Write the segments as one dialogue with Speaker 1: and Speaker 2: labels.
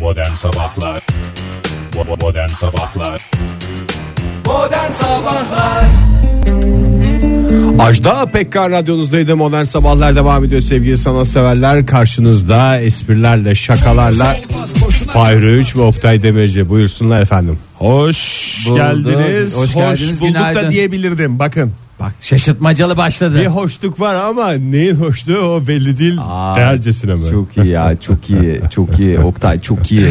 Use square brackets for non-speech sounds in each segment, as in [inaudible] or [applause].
Speaker 1: Modern Sabahlar Bo- Modern Sabahlar
Speaker 2: Modern Sabahlar
Speaker 3: Ajda Pekkan radyonuzdaydı modern sabahlar devam ediyor sevgili sanatseverler karşınızda esprilerle şakalarla Fahri Üç ve Oktay Demirci buyursunlar efendim
Speaker 4: Hoş
Speaker 5: Bulduk.
Speaker 4: geldiniz.
Speaker 5: Hoş
Speaker 4: Hoş,
Speaker 5: geldiniz,
Speaker 4: bulduk
Speaker 5: günaydın.
Speaker 4: da diyebilirdim. Bakın.
Speaker 5: Bak şaşırtmacalı başladı.
Speaker 3: Bir hoşluk var ama neyin hoşluğu o belli değil
Speaker 5: Aa,
Speaker 3: dercesine mi?
Speaker 5: Çok
Speaker 3: [laughs]
Speaker 5: iyi ya çok iyi çok iyi Oktay çok iyi.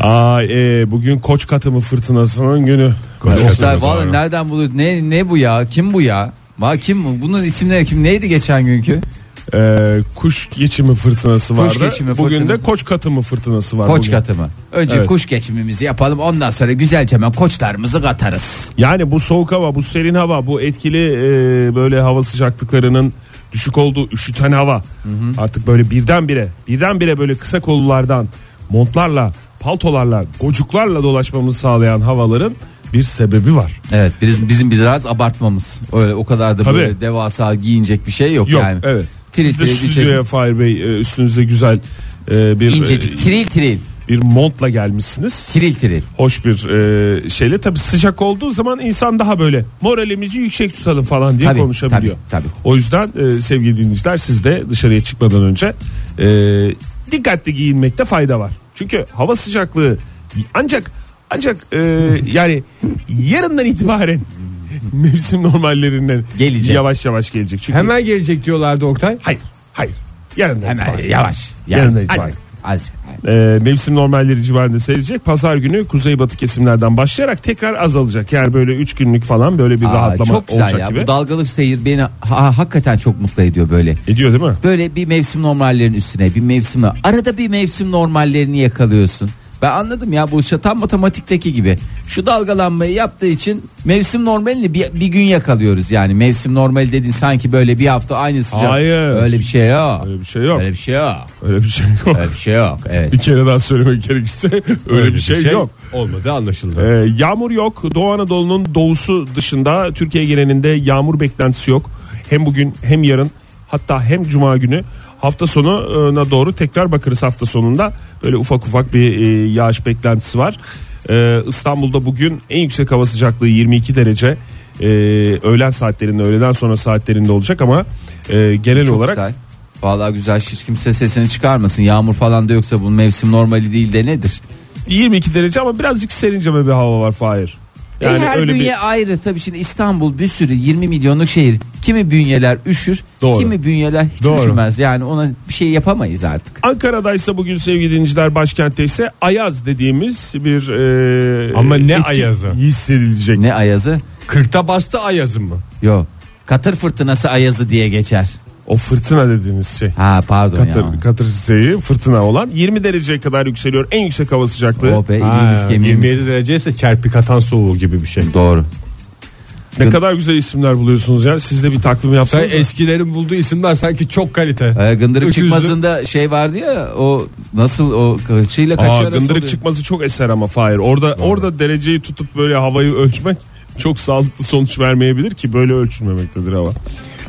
Speaker 4: Aa, e, bugün koç katımı fırtınasının günü.
Speaker 5: Oktay valla nereden buluyor ne, ne bu ya kim bu ya? Va kim bu? bunun isimleri kim neydi geçen günkü?
Speaker 4: E, kuş geçimi fırtınası vardı.
Speaker 5: geçimi
Speaker 4: bugün
Speaker 5: fırtınası.
Speaker 4: de koç katımı fırtınası var.
Speaker 5: Koç
Speaker 4: bugün.
Speaker 5: katı mı? Önce
Speaker 4: Evet.
Speaker 5: kuş geçimimizi yapalım ondan sonra güzelce hemen koçlarımızı katarız.
Speaker 4: Yani bu soğuk hava, bu serin hava, bu etkili e, böyle hava sıcaklıklarının düşük olduğu üşüten hava. Artık böyle birdenbire, birdenbire böyle kısa kollulardan, montlarla, paltolarla, gocuklarla dolaşmamızı sağlayan havaların bir sebebi var.
Speaker 5: Evet bizim, bizim biraz abartmamız öyle o kadar da böyle
Speaker 4: Tabii.
Speaker 5: devasa giyinecek bir şey yok,
Speaker 4: Yok
Speaker 5: yani.
Speaker 4: evet.
Speaker 5: Tril
Speaker 4: Siz de
Speaker 5: tril bir
Speaker 4: stüdyoya
Speaker 5: çekim.
Speaker 4: Fahir Bey e, üstünüzde güzel e, bir
Speaker 5: İncecik
Speaker 4: e,
Speaker 5: tril tril
Speaker 4: bir montla gelmişsiniz.
Speaker 5: tril tril.
Speaker 4: Hoş bir e, şeyle tabi sıcak olduğu zaman insan daha böyle moralimizi yüksek tutalım falan diye
Speaker 5: Tabii,
Speaker 4: konuşabiliyor.
Speaker 5: tabii, tabii.
Speaker 4: O yüzden e, sevgili dinleyiciler siz de dışarıya çıkmadan önce e, dikkatli giyinmekte fayda var. Çünkü hava sıcaklığı ancak ancak e,
Speaker 5: [laughs]
Speaker 4: yani yarından itibaren mevsim normallerinden
Speaker 5: Gelecek.
Speaker 4: yavaş yavaş gelecek. Çünkü
Speaker 3: Hemen gelecek diyorlardı Oktay.
Speaker 4: Hayır. Hayır. Yarın
Speaker 5: Hemen
Speaker 4: itibaren.
Speaker 5: yavaş yavaş.
Speaker 4: Yarın itibaren.
Speaker 5: Azıcık, azıcık.
Speaker 4: Ee, mevsim normalleri civarında seyredecek. Pazar günü kuzeybatı kesimlerden başlayarak tekrar azalacak. Yani böyle 3 günlük falan böyle bir
Speaker 5: Aa,
Speaker 4: rahatlama
Speaker 5: çok güzel
Speaker 4: olacak
Speaker 5: ya.
Speaker 4: gibi.
Speaker 5: Bu dalgalı seyir beni ha- hakikaten çok mutlu ediyor böyle.
Speaker 4: Ediyor E, değil mi?
Speaker 5: Böyle bir mevsim normallerinin üstüne bir mevsimi arada bir mevsim normallerini yakalıyorsun. Ben anladım ya bu işte tam matematikteki gibi. Şu dalgalanmayı yaptığı için mevsim normalini bir, bir gün yakalıyoruz yani. Mevsim normali dedin sanki böyle bir hafta aynı sıcak.
Speaker 4: Hayır.
Speaker 5: Öyle bir şey yok.
Speaker 4: Öyle bir şey yok.
Speaker 5: Öyle bir şey yok.
Speaker 4: Öyle bir şey yok.
Speaker 5: Öyle bir şey yok. Evet.
Speaker 4: [laughs] Bir kere daha söylemek gerekirse öyle, bir şey, yok.
Speaker 3: Olmadı anlaşıldı.
Speaker 4: Ee, yağmur yok. Doğu Anadolu'nun doğusu dışında Türkiye genelinde yağmur beklentisi yok. Hem bugün hem yarın hatta hem cuma günü hafta sonuna doğru tekrar bakarız hafta sonunda. Böyle ufak ufak bir e, yağış beklentisi var. Ee, İstanbul'da bugün en yüksek hava sıcaklığı 22 derece. Ee, öğlen saatlerinde öğleden sonra saatlerinde olacak ama e, genel
Speaker 5: Çok
Speaker 4: olarak
Speaker 5: güzel. Vallahi güzel hiç kimse sesini çıkarmasın. Yağmur falan da yoksa bu mevsim normali değil de nedir?
Speaker 4: 22 derece ama birazcık serinceme bir hava var Fahir.
Speaker 5: E her bünye ayrı tabii şimdi İstanbul bir sürü 20 milyonluk şehir. Kimi bünyeler üşür,
Speaker 4: Doğru.
Speaker 5: kimi bünyeler hiç
Speaker 4: Doğru.
Speaker 5: üşümez. Yani ona bir şey yapamayız artık.
Speaker 4: Ankara'daysa bugün sevgili dinleyiciler başkentte ise ayaz dediğimiz bir e,
Speaker 3: Ama ne
Speaker 4: etki
Speaker 3: ayazı?
Speaker 4: hissedilecek.
Speaker 5: Ne ayazı?
Speaker 3: Kırkta bastı ayazı mı?
Speaker 5: Yok. Katır fırtınası ayazı diye geçer.
Speaker 4: O fırtına dediğiniz şey.
Speaker 5: Ha pardon
Speaker 4: Katır,
Speaker 5: ya.
Speaker 4: katır şeyi fırtına olan 20 dereceye kadar yükseliyor en yüksek hava sıcaklığı.
Speaker 5: Oh be iliğimiz
Speaker 3: Ha,
Speaker 5: kemiğimiz.
Speaker 3: 27 derece ise çerpik atan soğuğu gibi bir şey.
Speaker 5: Doğru.
Speaker 4: ne kadar güzel isimler buluyorsunuz ya. Siz de bir takvim
Speaker 3: Sen
Speaker 4: yapsanız.
Speaker 3: eskilerin bulduğu isimler sanki çok kalite.
Speaker 5: Ee, gındırık
Speaker 3: Öküzlü.
Speaker 5: çıkmazında şey vardı ya o nasıl o kaçıyla kaçı
Speaker 4: Aa,
Speaker 5: arası
Speaker 4: gındırık
Speaker 5: oluyor?
Speaker 4: çıkması çok eser ama Fahir. Orada orada dereceyi tutup böyle havayı ölçmek çok sağlıklı sonuç vermeyebilir ki böyle ölçülmemektedir hava.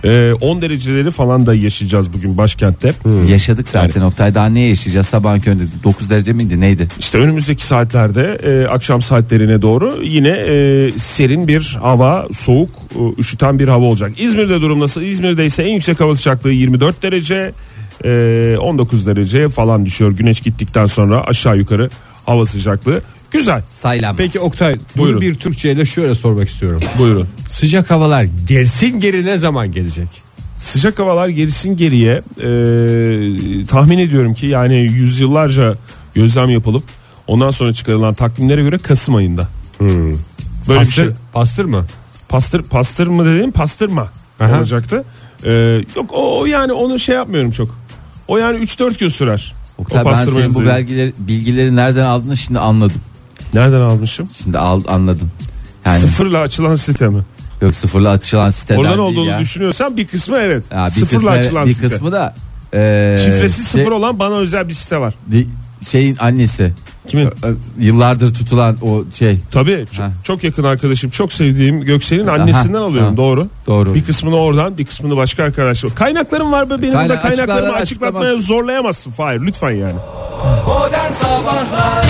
Speaker 4: E, 10 dereceleri falan da yaşayacağız bugün başkentte.
Speaker 5: Yaşadık zaten Oktay daha ne yaşayacağız sabahın köründe 9 derece miydi neydi?
Speaker 4: İşte önümüzdeki saatlerde e, akşam saatlerine doğru yine e, serin bir hava, soğuk, e, üşüten bir hava olacak. İzmir'de durum nasıl? İzmir'de ise en yüksek hava sıcaklığı 24 derece, e, 19 derece falan düşüyor. Güneş gittikten sonra aşağı yukarı hava sıcaklığı. Güzel.
Speaker 5: Saylanmaz.
Speaker 3: Peki Oktay
Speaker 4: Buyurun.
Speaker 3: dur bir Türkçe ile şöyle sormak istiyorum.
Speaker 4: Buyurun.
Speaker 3: Sıcak havalar gelsin geri ne zaman gelecek?
Speaker 4: Sıcak havalar gerisin geriye e, tahmin ediyorum ki yani yüzyıllarca gözlem yapılıp ondan sonra çıkarılan takvimlere göre Kasım ayında. Böyle bir
Speaker 3: pastır,
Speaker 4: şey.
Speaker 3: pastır mı?
Speaker 4: Pastır, pastır mı dediğim pastırma
Speaker 3: Aha.
Speaker 4: olacaktı. Ee, yok o, o yani onu şey yapmıyorum çok. O yani 3-4 gün sürer.
Speaker 5: Oktay
Speaker 4: o
Speaker 5: ben
Speaker 4: pastırma
Speaker 5: senin bu
Speaker 4: izleyi.
Speaker 5: belgeleri, bilgileri nereden aldığını şimdi anladım.
Speaker 4: Nereden almışım?
Speaker 5: Şimdi al, anladım. Yani
Speaker 4: Sıfırla açılan site mi?
Speaker 5: yok sıfırla açılan siteler
Speaker 4: Oradan
Speaker 5: değil
Speaker 4: olduğunu
Speaker 5: ya.
Speaker 4: düşünüyorsan bir kısmı evet.
Speaker 5: Ha, bir
Speaker 4: sıfırla
Speaker 5: kısmı,
Speaker 4: açılan
Speaker 5: bir
Speaker 4: site.
Speaker 5: kısmı da e,
Speaker 4: Şifresi
Speaker 5: şey-
Speaker 4: sıfır olan bana özel bir site var.
Speaker 5: di- şeyin annesi.
Speaker 4: Kimin?
Speaker 5: Ö- ö- Yıllardır tutulan o şey
Speaker 4: Tabii çok,
Speaker 5: Ha.
Speaker 4: çok yakın arkadaşım çok sevdiğim Göksel'in annesinden
Speaker 5: ha.
Speaker 4: alıyorum doğru.
Speaker 5: doğru.
Speaker 4: Bir kısmını oradan bir kısmını başka arkadaşlar. Kaynaklarım var be benim
Speaker 5: Kayna-
Speaker 4: de kaynaklarımı
Speaker 5: açıklar-
Speaker 4: açıklatmaya
Speaker 5: açıklamaz.
Speaker 4: zorlayamazsın Fahir lütfen yani.
Speaker 2: Modern Sabahlar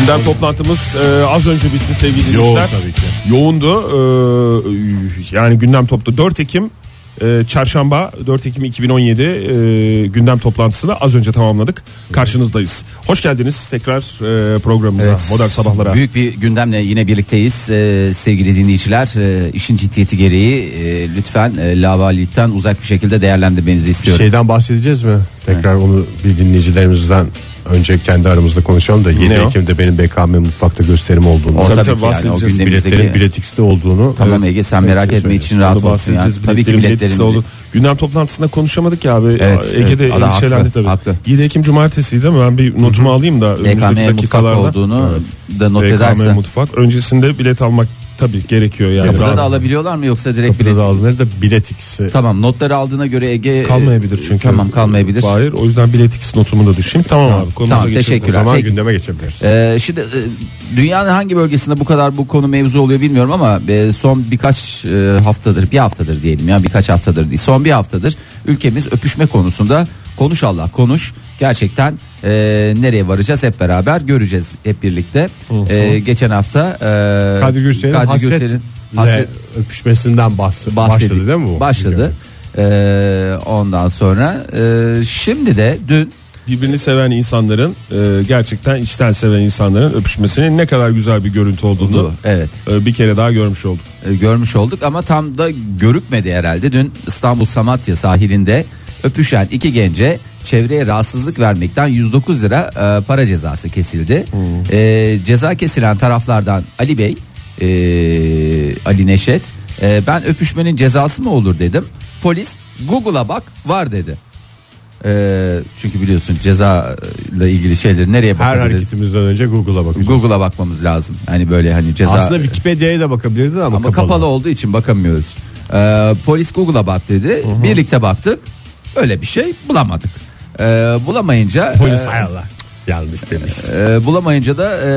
Speaker 4: Gündem toplantımız e, az önce bitti sevgili
Speaker 3: Yoğun
Speaker 4: dinleyiciler.
Speaker 3: tabii ki.
Speaker 4: Yoğundu. E, yani gündem toplu 4 Ekim e, çarşamba 4 Ekim 2017 e, gündem toplantısını az önce tamamladık. Karşınızdayız. Hoş geldiniz tekrar e, programımıza. Modern sabahlara.
Speaker 5: Büyük bir gündemle yine birlikteyiz Ee, sevgili dinleyiciler. e, işin ciddiyeti gereği e, lütfen e, lavalilikten uzak bir şekilde değerlendirmenizi istiyorum.
Speaker 4: şey-
Speaker 3: Şeyden bahsedeceğiz mi? Tekrar onu bir dinleyicilerimizden önce kendi aramızda konuşalım da 7
Speaker 4: Ne o?
Speaker 3: Ekim'de benim BKM mutfakta gösterim olduğunu.
Speaker 5: O
Speaker 4: tabii
Speaker 5: tabii
Speaker 4: tabii
Speaker 5: ki yani o
Speaker 4: bahsedeceğiz.
Speaker 5: gündemimizdeki-
Speaker 3: biletlerin bilet X'te olduğunu.
Speaker 5: Tamam Ege sen merak
Speaker 3: evet,
Speaker 5: etme
Speaker 3: evet.
Speaker 5: için rahat
Speaker 4: şey Onu
Speaker 5: olsun ya.
Speaker 4: bahsedeceğiz.
Speaker 5: Tabii ki
Speaker 4: Biletlerin biletsiz
Speaker 5: biletlerin
Speaker 4: oldu. Gündem toplantısında konuşamadık ya abi.
Speaker 5: Evet,
Speaker 4: Ege'de
Speaker 5: evet. Adam haklı,
Speaker 4: endişelendi tabii.
Speaker 5: haklı.
Speaker 4: 7 Ekim cumartesiydi değil mi? Ben bir notumu alayım da önümüzdeki
Speaker 5: BKM mutfak
Speaker 4: dakikalarda.
Speaker 5: olduğunu da not
Speaker 4: BKM
Speaker 5: edersen.
Speaker 4: mutfak. Öncesinde bilet almak tabii gerekiyor yani.
Speaker 5: Kapıda
Speaker 4: Daha-
Speaker 5: da alabiliyorlar mı yoksa direkt
Speaker 3: Kapıda
Speaker 5: bilet?
Speaker 3: da alınır da bilet X'i.
Speaker 5: Tamam notları aldığına göre Ege e,
Speaker 4: kalmayabilir çünkü.
Speaker 5: Tamam kalmayabilir.
Speaker 4: Hayır o yüzden bilet X notumu da düşeyim. Tamam, abi konumuza
Speaker 5: tamam,
Speaker 4: geçelim.
Speaker 5: teşekkürler.
Speaker 3: O zaman
Speaker 5: Peki.
Speaker 3: gündeme geçebiliriz.
Speaker 5: Ee, şimdi e, dünyanın hangi bölgesinde bu kadar bu konu mevzu oluyor bilmiyorum ama e, son birkaç e, haftadır bir haftadır diyelim ya birkaç haftadır değil son bir haftadır ülkemiz öpüşme konusunda konuş Allah konuş gerçekten e, nereye varacağız hep beraber göreceğiz hep birlikte. E, geçen hafta e,
Speaker 3: Kadir Gürsel'in
Speaker 5: Kadir
Speaker 3: hasret
Speaker 5: Gürsel'in hasret-
Speaker 3: Hasret öpüşmesinden bahs-
Speaker 5: bahsedik.
Speaker 3: başladı değil mi bu?
Speaker 5: Başladı. Ee, ondan sonra e, şimdi de dün
Speaker 4: Birbirini seven insanların e, gerçekten içten seven insanların öpüşmesinin ne kadar güzel bir görüntü olduğunu
Speaker 5: evet
Speaker 4: e, bir kere daha görmüş olduk.
Speaker 5: e, görmüş olduk ama tam da görükmedi herhalde. Dün İstanbul Samatya sahilinde öpüşen iki gence çevreye rahatsızlık vermekten 109 lira e, para cezası kesildi.
Speaker 3: Hmm.
Speaker 5: E, ceza kesilen taraflardan Ali Bey, e, Ali Neşet e, ben öpüşmenin cezası mı olur dedim. Polis Google'a bak var dedi. E, çünkü biliyorsun ceza ile ilgili şeyleri nereye
Speaker 3: Her
Speaker 5: bakabiliriz?
Speaker 3: hareketimizden önce Google'a bakacağız.
Speaker 5: Google'a bakmamız lazım. Hani böyle hani ceza
Speaker 3: Aslında Wikipedia'ya da bakabilirdin ama,
Speaker 5: ama kapalı. olduğu için bakamıyoruz. Ee, polis Google'a bak dedi. Birlikte baktık. Öyle bir şey bulamadık. Ee, bulamayınca
Speaker 3: Polis
Speaker 5: e,
Speaker 3: hay Allah. Yanlış demiş.
Speaker 5: e, bulamayınca da e,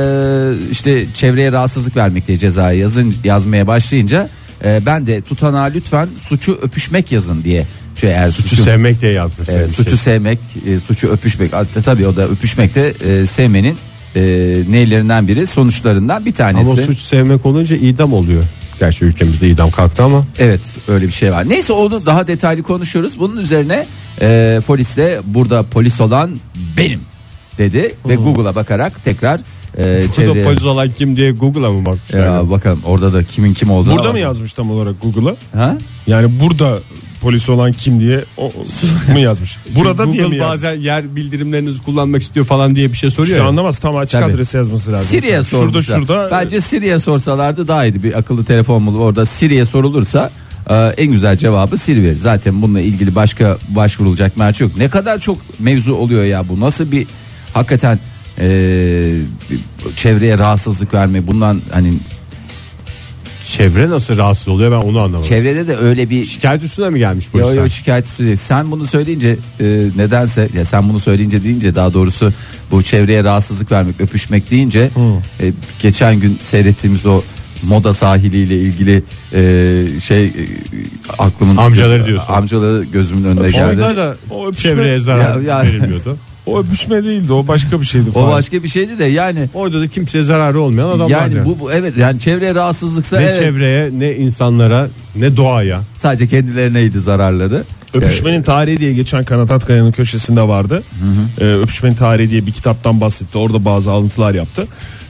Speaker 5: işte çevreye rahatsızlık vermek diye cezayı yazın yazmaya başlayınca e, ben de tutanağa lütfen suçu öpüşmek yazın diye şey eğer
Speaker 3: Suçu
Speaker 5: suçu-
Speaker 3: sevmek diye şey. yazmış.
Speaker 5: e,
Speaker 3: sevmiş.
Speaker 5: suçu sevmek, e, suçu öpüşmek. Hatta tabii o da öpüşmek de e, sevmenin e, neylerinden biri, sonuçlarından bir tanesi.
Speaker 3: Ama suç sevmek olunca idam oluyor. Gerçi ülkemizde idam kalktı ama
Speaker 5: Evet öyle bir şey var. Neyse onu daha detaylı konuşuyoruz. Bunun üzerine e, polis de burada polis olan benim dedi ve
Speaker 4: Hmm.
Speaker 5: Google'a bakarak tekrar
Speaker 4: [laughs]
Speaker 5: e,
Speaker 3: Burada
Speaker 5: çevreye
Speaker 3: polis olan kim diye Google'a mı bakmışlar?
Speaker 5: ya, bakalım orada da kimin kim olduğunu.
Speaker 4: Burada mı yazmış tam olarak Google'a?
Speaker 5: Ha?
Speaker 4: Yani burada polis olan kim diye
Speaker 3: [laughs]
Speaker 4: o, o- mu yazmış? Burada
Speaker 3: Google
Speaker 4: diye mi yazmış?
Speaker 3: bazen yer bildirimlerinizi kullanmak istiyor falan diye bir şey soruyor.
Speaker 4: Çünkü
Speaker 3: ya.
Speaker 4: anlamaz tam açık
Speaker 5: Tabii.
Speaker 4: adresi yazması lazım.
Speaker 5: Siri'ye
Speaker 4: şurada
Speaker 5: sormuşlar.
Speaker 4: şurada. e,
Speaker 5: Bence Siri'ye sorsalardı daha iyiydi. Bir akıllı telefon bulup orada Siri'ye sorulursa e, en güzel cevabı Siri verir. Zaten bununla ilgili başka başvurulacak merç yok. Ne kadar çok mevzu oluyor ya bu. Nasıl bir hakikaten e, bir çevreye rahatsızlık verme. Bundan hani
Speaker 3: Çevre nasıl rahatsız oluyor ben onu anlamadım.
Speaker 5: çevrede de öyle bir
Speaker 3: Şikayet üstüne mi gelmiş bu
Speaker 5: Yo
Speaker 3: işler?
Speaker 5: yo şikayet değil. Sen bunu söyleyince e, nedense ya sen bunu söyleyince deyince daha doğrusu bu çevreye rahatsızlık vermek, öpüşmek deyince e, geçen gün seyrettiğimiz o moda sahiliyle ilgili e, şey e, aklımın
Speaker 3: Amcaları diyorsun.
Speaker 5: Amcaları gözümün önüne geldi.
Speaker 3: Orada da
Speaker 4: O öpüşme-
Speaker 3: çevreye zarar
Speaker 5: Ya- ya-
Speaker 3: verilmiyordu.
Speaker 4: O öpüşme değildi o başka bir şeydi
Speaker 5: O
Speaker 4: falan.
Speaker 5: başka bir şeydi de yani
Speaker 3: Orada da kimseye zararı olmayan adamlar.
Speaker 5: yani bu, bu evet yani çevreye rahatsızlıksa
Speaker 3: ne
Speaker 5: evet,
Speaker 3: çevreye ne insanlara ne doğaya.
Speaker 5: sadece kendilerineydi zararları.
Speaker 4: Öpüşmenin tarihi diye geçen Kanat Atkaya'nın köşesinde vardı. Ee, öpüşmenin tarihi diye bir kitaptan bahsetti. Orada bazı alıntılar yaptı.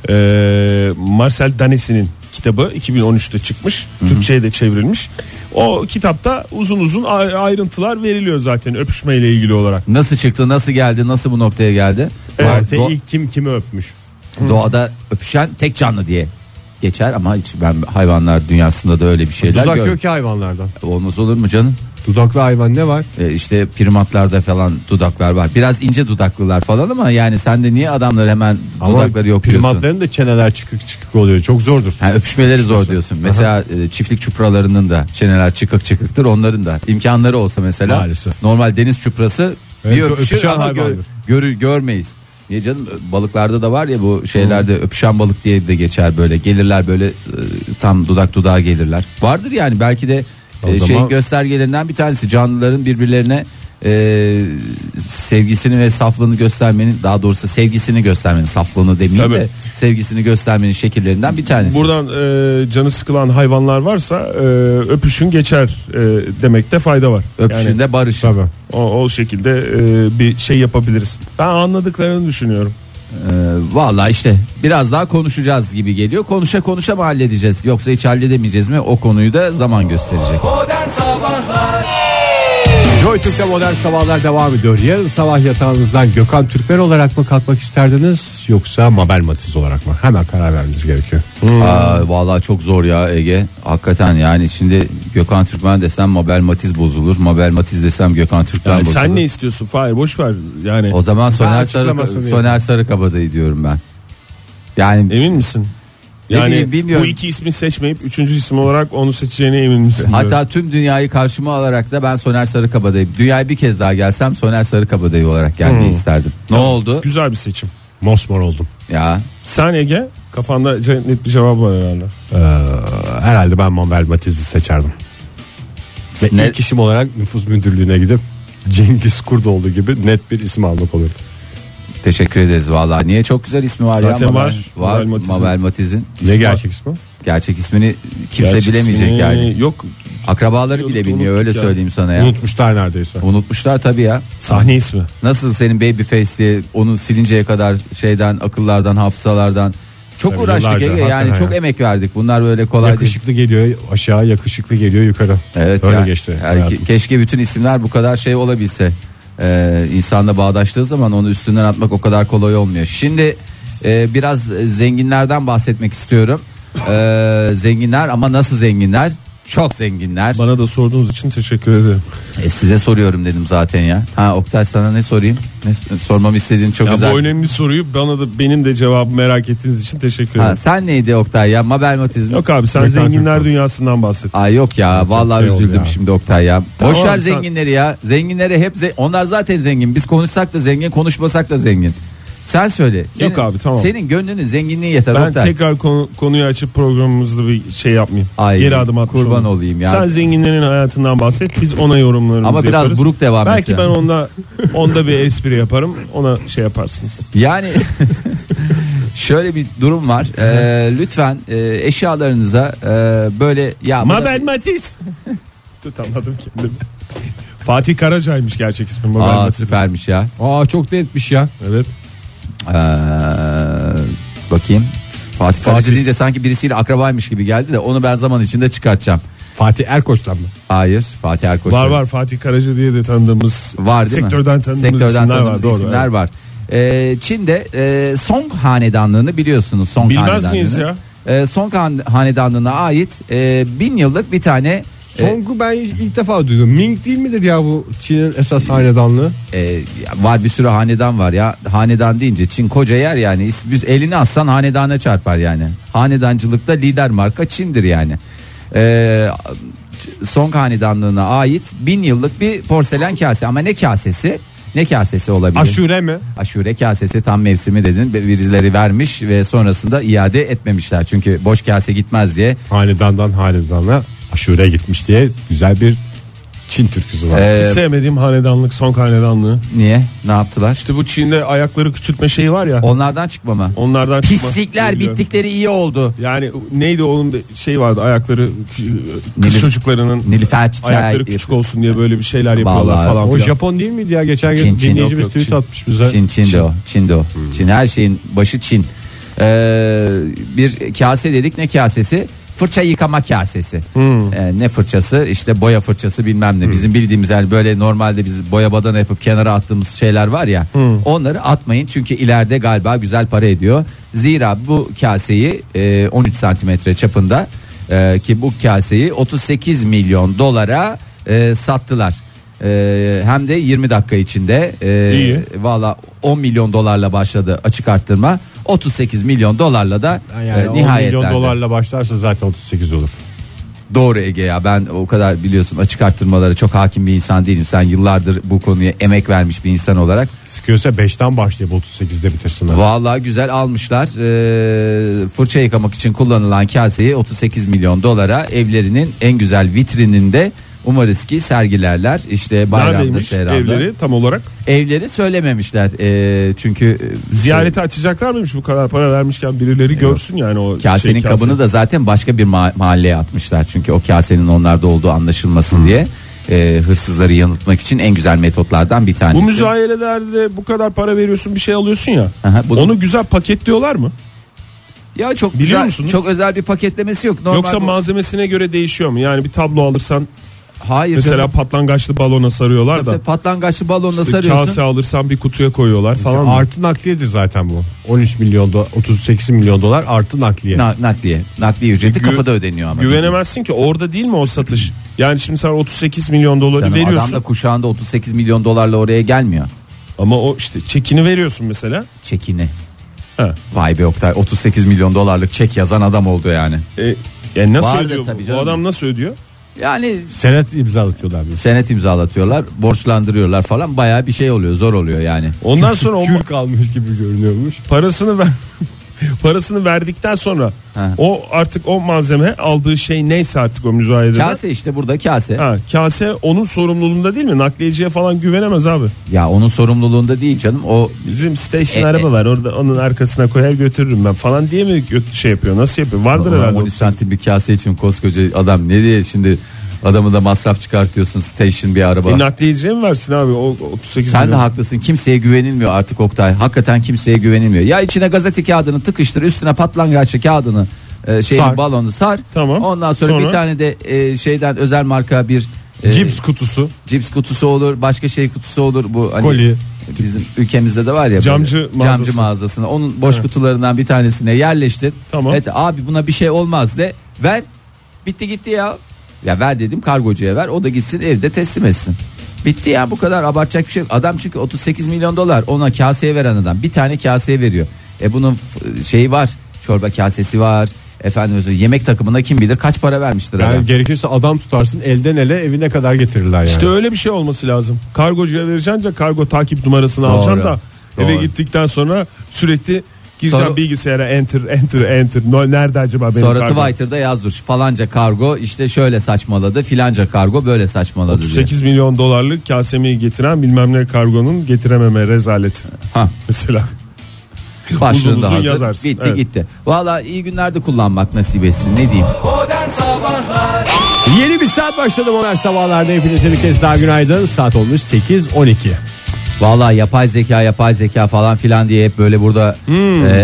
Speaker 4: Ee, Marcel Danesi'nin kitabı 2013'te çıkmış. Türkçe'ye de çevrilmiş. O kitapta uzun uzun a- ayrıntılar veriliyor zaten öpüşmeyle ilgili olarak.
Speaker 5: Ee, Nasıl çıktı, nasıl geldi, nasıl bu noktaya geldi?
Speaker 3: Evet.
Speaker 5: Do-
Speaker 3: ilk kim kimi öpmüş.
Speaker 5: Doğada öpüşen tek canlı diye geçer ama hiç ben hayvanlar dünyasında da öyle bir şeyler
Speaker 3: Dudak
Speaker 5: gör.
Speaker 3: yok ki hayvanlardan.
Speaker 5: Olmaz olur mu canım?
Speaker 3: Dudaklı hayvan ne var?
Speaker 5: Ee, işte primatlarda falan dudaklar var. Biraz ince dudaklılar falan ama yani sen de niye adamları hemen dudakları yok diyorsun?
Speaker 3: Primatların da çeneler çıkık çıkık oluyor. Çok zordur.
Speaker 5: Ha, öpüşmeleri zor diyorsun. Mesela e, çiftlik çupralarının da çeneler çıkık çıkıktır. Onların da imkanları olsa mesela
Speaker 3: Maalesef.
Speaker 5: normal deniz çuprası
Speaker 3: Evet,
Speaker 5: bir öpüşür
Speaker 3: öpüşen
Speaker 5: ama gör,
Speaker 3: hayvandır.
Speaker 5: görür- görmeyiz. Niye canım balıklarda da var ya bu şeylerde öpüşen balık diye de geçer böyle. Gelirler böyle e, tam dudak dudağa gelirler. Vardır yani belki de
Speaker 3: O
Speaker 5: e,
Speaker 3: zaman-
Speaker 5: şeyin göstergelerinden bir tanesi canlıların birbirlerine e, sevgisini ve saflığını göstermenin daha doğrusu sevgisini göstermenin saflığını demeyeyim
Speaker 4: Tabii.
Speaker 5: de sevgisini göstermenin şekillerinden bir tanesi.
Speaker 4: Buradan e, canı sıkılan hayvanlar varsa e, öpüşün geçer e, demekte fayda var.
Speaker 5: Öpüşünde barışın.
Speaker 3: Tabii.
Speaker 4: O, o şekilde e, bir şey yapabiliriz. Ben anladıklarını düşünüyorum.
Speaker 5: Ee, Valla işte biraz daha konuşacağız gibi geliyor. Konuşa konuşa mı halledeceğiz yoksa hiç halledemeyeceğiz mi o konuyu da zaman gösterecek.
Speaker 2: Modern Sabahlar
Speaker 3: Joy Türk'te modern sabahlar devam ediyor. Yarın sabah yatağınızdan Gökhan Türkmen olarak mı kalkmak isterdiniz yoksa Mabel Matiz olarak mı? Hemen karar vermeniz gerekiyor.
Speaker 5: Aa, Valla çok zor ya Ege. Hakikaten yani şimdi Gökhan Türkmen desem Mabel Matiz bozulur. Mabel Matiz desem Gökhan Türkmen
Speaker 4: Yani
Speaker 5: bozulur.
Speaker 4: sen ne istiyorsun? Fahir boş ver. Yani
Speaker 5: O zaman Soner, Sarı,
Speaker 3: açıklamasını
Speaker 5: Soner Sarıkabadayı diyorum ben. Yani
Speaker 4: emin misin?
Speaker 5: Ne
Speaker 4: Yani
Speaker 5: bileyim, bilmiyorum.
Speaker 4: bu iki ismi seçmeyip üçüncü isim olarak onu seçeceğine emin misin? diyorum.
Speaker 5: hatta tüm dünyayı karşıma alarak da ben Soner Sarıkabadayı. Dünyaya bir kez daha gelsem Soner Sarıkabadayı olarak gelmeyi isterdim. Ne oldu?
Speaker 4: güzel bir seçim.
Speaker 3: Mosmor oldum.
Speaker 5: Ya
Speaker 4: Sen Ege kafanda ce- net bir cevap var herhalde.
Speaker 3: Ee, herhalde ben Mabel Matiz'i seçerdim. Ve
Speaker 5: Ne-
Speaker 3: ilk işim olarak nüfus müdürlüğüne gidip Cengiz Kurdoğlu gibi net bir isim almak olur.
Speaker 5: Teşekkür ederiz vallahi. Niye çok güzel ismi var
Speaker 4: Zaten
Speaker 5: ya
Speaker 4: var.
Speaker 5: Var.
Speaker 4: Mabel Matiz'in.
Speaker 5: Mabel Matiz'in.
Speaker 3: Ne gerçek ismi?
Speaker 5: Gerçek ismini kimse
Speaker 4: Gerçek
Speaker 5: bilemeyecek
Speaker 4: ismi
Speaker 5: yani.
Speaker 4: Yok
Speaker 5: Akrabaları bile
Speaker 4: Unuttuk
Speaker 5: bilmiyor öyle
Speaker 4: yani.
Speaker 5: söyleyeyim sana ya.
Speaker 3: Unutmuşlar neredeyse.
Speaker 5: Unutmuşlar tabii ya.
Speaker 4: sahne ismi.
Speaker 5: Nasıl senin babyface diye onu silinceye kadar şeyden akıllardan hafızalardan çok
Speaker 3: Tabii
Speaker 5: uğraştık
Speaker 3: yıllarca,
Speaker 5: Ege yani
Speaker 3: hakikaten
Speaker 5: çok
Speaker 3: ya.
Speaker 5: emek verdik. Bunlar böyle kolay değil.
Speaker 3: Yakışıklı geliyor aşağı, yakışıklı geliyor yukarı.
Speaker 5: Evet
Speaker 3: Öyle
Speaker 5: ya.
Speaker 3: geçti.
Speaker 5: Yani
Speaker 3: hayatım.
Speaker 5: ke- keşke bütün isimler bu kadar şey olabilse. Ee, insanla bağdaştığı zaman onu üstünden atmak o kadar kolay olmuyor. Şimdi e, biraz zenginlerden bahsetmek istiyorum. Ee, zenginler ama nasıl zenginler? Çok zenginler.
Speaker 4: Bana da sorduğunuz için teşekkür ederim.
Speaker 5: E, size soruyorum dedim zaten ya. Ha Oktay sana ne sorayım? Ne s- sormam istediğin çok
Speaker 4: Ya
Speaker 5: güzel.
Speaker 4: bu önemli soruyu bana da benim de cevabı merak ettiğiniz için teşekkür ederim.
Speaker 5: Ha, sen neydi Oktay ya? Mabel Matiz mi?
Speaker 4: Yok abi sen
Speaker 3: Mekan
Speaker 4: zenginler
Speaker 3: Türk'ten.
Speaker 4: dünyasından bahset.
Speaker 5: Ay yok ya vallahi
Speaker 3: şey oldu
Speaker 5: üzüldüm
Speaker 3: ya.
Speaker 5: şimdi Oktay ya.
Speaker 4: Tamam
Speaker 5: Boş ver
Speaker 4: abi, sen-
Speaker 5: zenginleri ya. Zenginleri hep ze- onlar zaten zengin. Biz konuşsak da zengin, konuşmasak da zengin. Sen söyle. Senin,
Speaker 4: Yok abi, tamam.
Speaker 5: Senin gönlünün zenginliği yeter
Speaker 4: Ben
Speaker 5: Oktay.
Speaker 4: tekrar konu- konuyu açıp programımızda bir şey yapmayayım.
Speaker 5: Ay,
Speaker 4: Geri adım atmış
Speaker 5: kurban olayım ya.
Speaker 4: Sen zenginlerin hayatından bahset. Biz ona yorumlarımızı
Speaker 5: Ama biraz
Speaker 4: yaparız.
Speaker 5: buruk devam et
Speaker 4: Belki
Speaker 5: yani.
Speaker 4: ben onda onda bir espri yaparım. Ona şey yaparsınız.
Speaker 5: Yani [laughs] şöyle bir durum var. Ee, lütfen e, eşyalarınıza e, böyle ya bu da-
Speaker 4: Mabel Matiz. [laughs] Tutamadım kendimi. Fatih Karaca'ymış gerçek ismi Mabel
Speaker 5: Aa
Speaker 4: Matiz.
Speaker 5: süpermiş ya.
Speaker 3: Aa çok netmiş ya.
Speaker 4: Evet.
Speaker 5: Ee, bakayım. Fatih Karıcı deyince sanki birisiyle akrabaymış gibi geldi de onu ben zaman içinde çıkartacağım.
Speaker 3: Fatih Erkoç'tan mı?
Speaker 5: Hayır Fatih Erkoç.
Speaker 4: Var var Fatih Karaca diye de tanıdığımız
Speaker 5: şey. var değil
Speaker 4: sektörden
Speaker 5: mi?
Speaker 4: tanıdığımız
Speaker 5: Sektörden
Speaker 4: isimler
Speaker 5: tanıdığımız
Speaker 4: var. Doğru,
Speaker 5: isimler
Speaker 4: evet.
Speaker 5: var. Ee, Çin'de e, Song hanedanlığını biliyorsunuz Song
Speaker 4: Bilmez
Speaker 5: hanedanlığını.
Speaker 4: miyiz ya?
Speaker 5: Ee, Song Han- hanedanlığına ait e, bin yıllık bir tane e,
Speaker 3: Song'u ben ilk defa duydum. Ming değil midir ya bu Çin'in esas hanedanlığı?
Speaker 5: e, var bir sürü hanedan var ya hanedan deyince Çin koca yer yani İs- biz elini atsan hanedana çarpar yani hanedancılıkta lider marka Çin'dir yani Ee, Song hanedanlığına ait bin yıllık bir porselen kase ama ne kasesi ne kasesi olabilir?
Speaker 3: Aşure mi?
Speaker 5: Aşure kasesi tam mevsimi dedin birileri vermiş ve sonrasında iade etmemişler çünkü boş kase gitmez diye
Speaker 3: Hanedandan hanedana aşure gitmiş diye güzel bir Çin türküsü var.
Speaker 5: Ee,
Speaker 4: Hiç sevmediğim hanedanlık son hanedanlığı.
Speaker 5: niye ne yaptılar
Speaker 4: İşte bu Çin'de ayakları küçültme şeyi var ya.
Speaker 5: onlardan çıkma mı
Speaker 4: Onlardan çıkma.
Speaker 5: pislikler
Speaker 4: Bilmiyorum.
Speaker 5: bittikleri iyi oldu
Speaker 4: Yani neydi onun bir şey vardı ayakları kü- kız
Speaker 5: Nilüf-
Speaker 4: çocuklarının
Speaker 5: Nilüfer çiçeği
Speaker 4: ayakları küçük olsun diye böyle bir şeyler yapıyorlar
Speaker 5: Vallahi.
Speaker 4: falan
Speaker 3: o
Speaker 4: filan.
Speaker 3: Japon değil miydi ya? Geçen gün
Speaker 5: Çin, Çin.
Speaker 3: dinleyicimiz
Speaker 4: Yok, yok,
Speaker 3: tweet
Speaker 4: Çin.
Speaker 3: atmış bize.
Speaker 5: Çin Çin de o Çin de o Çin her şeyin başı Çin Ee, bir kase dedik ne kasesi fırça yıkama kasesi Ee, ne fırçası işte boya fırçası bilmem ne bizim bildiğimiz yani böyle normalde biz boya badana yapıp kenara attığımız şeyler var ya onları atmayın çünkü ileride galiba güzel para ediyor zira bu kaseyi e, 13 santimetre çapında e, ki bu kaseyi 38 milyon dolara e, sattılar E, hem de 20 dakika içinde e,
Speaker 4: İyi.
Speaker 5: Valla 10 milyon dolarla başladı açık arttırma. 38 milyon dolarla da
Speaker 3: Yani
Speaker 5: e,
Speaker 3: 10
Speaker 5: nihayetlendi.
Speaker 3: milyon dolarla başlarsa zaten 38 olur.
Speaker 5: Doğru Ege ya ben o kadar biliyorsun açık arttırmalara çok hakim bir insan değilim. Sen yıllardır bu konuya emek vermiş bir insan olarak.
Speaker 3: Sıkıyorsa 5'ten başlayıp 38'de bitirsin. abi.
Speaker 5: Valla güzel almışlar. E, fırça yıkamak için kullanılan kaseyi 38 milyon dolara evlerinin en güzel vitrininde Umarız ki sergilerler işte bayramda
Speaker 4: Neredeymiş
Speaker 5: seyramda.
Speaker 4: evleri
Speaker 5: Evleri?
Speaker 4: tam olarak?
Speaker 5: Şey- söylememişler Ee, çünkü e,
Speaker 4: Ziyareti açacaklar mıymış bu kadar para vermişken birileri görsün yani o
Speaker 5: Kasenin
Speaker 4: şey, kaseyi.
Speaker 5: kabını da zaten başka bir ma- mahalleye atmışlar. Çünkü o kasenin onlarda olduğu anlaşılmasın diye. Ee, hırsızları yanıltmak için en güzel metotlardan bir tanesi.
Speaker 4: Bu müzayelelerde bu kadar para veriyorsun bir şey alıyorsun ya.
Speaker 5: Aha, bunu-
Speaker 4: Onu güzel paketliyorlar mı?
Speaker 5: ya çok
Speaker 4: Biliyor
Speaker 5: güzel,
Speaker 4: musunuz?
Speaker 5: çok özel bir paketlemesi yok. Normal
Speaker 4: Yoksa
Speaker 5: bu-
Speaker 4: malzemesine göre değişiyor mu? Yani bir tablo alırsan
Speaker 5: Hayır.
Speaker 4: mesela
Speaker 5: canım.
Speaker 4: patlangaçlı balona sarıyorlar da.
Speaker 5: Tabii patlangaçlı balonla sarıyorsun.
Speaker 4: Kase alırsan bir kutuya koyuyorlar falan. mı?
Speaker 3: Artı nakliyedir zaten bu. 13 milyon do- 38 milyon dolar artı nakliye.
Speaker 5: Na- nakliye. Nakliye ücreti
Speaker 4: Gü-
Speaker 5: kafada ödeniyor ama.
Speaker 4: Güvenemezsin ki orada değil mi o satış? Yani şimdi sen 38 milyon doları
Speaker 5: Canım,
Speaker 4: veriyorsun
Speaker 5: Adam da kuşağında 38 milyon dolarla oraya gelmiyor.
Speaker 4: ama o işte çekini veriyorsun mesela.
Speaker 5: Çekini.
Speaker 4: Ha.
Speaker 5: Vay be Oktay 38 milyon dolarlık çek yazan adam oldu yani.
Speaker 4: E, yani nasıl
Speaker 5: Vardır
Speaker 4: ödüyor bu?
Speaker 5: tabii
Speaker 4: bu?
Speaker 5: canım.
Speaker 4: adam nasıl ödüyor?
Speaker 5: Yani
Speaker 3: Senet imzalatıyorlar.
Speaker 5: [laughs]
Speaker 3: bize.
Speaker 5: senet imzalatıyorlar, borçlandırıyorlar falan bayağı bir şey oluyor, zor oluyor yani.
Speaker 4: Ondan sonra o
Speaker 3: Kül kalmış gibi görünüyormuş.
Speaker 4: parasını ver [laughs] parasını verdikten sonra
Speaker 5: Ha.
Speaker 4: o artık o malzeme aldığı şey neyse artık o müzayede.
Speaker 5: Kase işte burada kase.
Speaker 4: Ha, kase onun sorumluluğunda değil mi? Nakliyeciye falan güvenemez abi.
Speaker 5: Ya onun sorumluluğunda değil canım. O
Speaker 4: Bizim station
Speaker 5: E, e.
Speaker 4: araba var orada onun arkasına koyar götürürüm ben falan diye mi gö- şey yapıyor? Nasıl yapıyor? Vardır herhalde.
Speaker 5: 13 santim bir kase için koskoca adam ne diye şimdi adamı da masraf çıkartıyorsun station bir araba.
Speaker 4: E, nakliyeciye mi versin abi o 38
Speaker 5: Sen de
Speaker 4: milyon?
Speaker 5: haklısın. Kimseye güvenilmiyor artık Oktay. Hakikaten kimseye güvenilmiyor. Ya içine gazete kağıdını tıkıştır, üstüne patlangaçlı kağıdını e, şeyin
Speaker 4: Sar.
Speaker 5: balonu sar.
Speaker 4: Tamam.
Speaker 5: Ondan sonra,
Speaker 4: Sonra?
Speaker 5: bir tane de e, şeyden özel marka bir e,
Speaker 3: Cips kutusu.
Speaker 5: cips kutusu olur, başka şey kutusu olur. Bu hani
Speaker 3: Koli.
Speaker 5: bizim ülkemizde de var ya
Speaker 4: Camcı
Speaker 5: böyle,
Speaker 4: mağazası.
Speaker 5: camcı mağazasına. Onun boş kutularından bir tanesine yerleştir.
Speaker 4: Tamam.
Speaker 5: Evet abi buna bir şey olmaz de. Ver. Bitti gitti ya. Ya ver dedim kargocuya ver. O da gitsin evde teslim etsin. Bitti ya bu kadar abartacak bir şey yok. Adam çünkü 38 milyon dolar ona kaseye veren adam. Bir tane kaseye veriyor. E bunun f- şeyi var. Çorba kasesi var. Efendim yemek takımına kim bilir kaç para vermiştir adam.
Speaker 3: Yani gerekirse adam tutarsın elden ele evine kadar getirirler yani.
Speaker 4: İşte öyle bir şey olması lazım. Kargocuya vereceksin de kargo takip numarasını
Speaker 5: Doğru.
Speaker 4: alacaksın da eve
Speaker 5: Doğru.
Speaker 4: gittikten sonra sürekli gireceğim
Speaker 5: Sonra-
Speaker 4: bilgisayara enter enter enter. No- Nerede acaba benim
Speaker 5: Sonra
Speaker 4: kargo?
Speaker 5: Twitter'da yaz dur. Falanca kargo işte şöyle saçmaladı. Filanca kargo böyle saçmaladı diye.
Speaker 4: 8 milyon dolarlık kasemi getiren bilmem ne kargonun getirememe rezaleti.
Speaker 5: Ha.
Speaker 4: Mesela. Uzun
Speaker 5: Başlığında
Speaker 4: [laughs] uzun
Speaker 5: hazır.
Speaker 4: yazarsın.
Speaker 5: Bitti
Speaker 4: Evet.
Speaker 5: gitti. Valla iyi günlerde kullanmak nasip etsin. Ne diyeyim?
Speaker 2: Modern Sabahlar
Speaker 3: Yeni bir saat başladı Modern Sabahlar'da. Hepinize bir kez daha günaydın. Saat olmuş 8.12.
Speaker 5: Valla yapay zeka yapay zeka falan filan diye hep böyle burada e,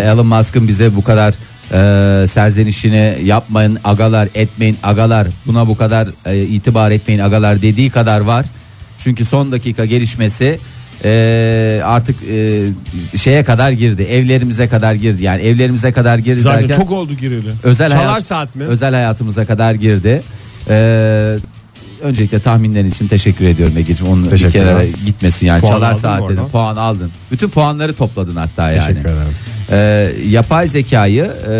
Speaker 5: Elon Musk'ın bize bu kadar e, serzenişini yapmayın agalar etmeyin agalar buna bu kadar e, itibar etmeyin agalar dediği kadar var. Çünkü son dakika gelişmesi e, artık e, şeye kadar girdi evlerimize kadar girdi yani evlerimize kadar girdi
Speaker 4: Zaten
Speaker 5: derken-
Speaker 4: çok oldu gireli.
Speaker 5: özel
Speaker 3: Çalar
Speaker 5: hayat-
Speaker 3: saat mi?
Speaker 5: Özel hayatımıza kadar girdi. Ee, öncelikle tahminlerin için teşekkür ediyorum Ege'ciğim. Onun bir
Speaker 3: Teşekkür
Speaker 5: kenara
Speaker 3: ederim.
Speaker 5: gitmesin yani.
Speaker 3: Puan
Speaker 5: Çalar
Speaker 3: aldın mı
Speaker 5: saat dedim.
Speaker 3: oradan?
Speaker 5: Puan aldın. Bütün puanları topladın hatta yani.
Speaker 3: Teşekkür ederim.
Speaker 5: Ee, yapay zekayı e,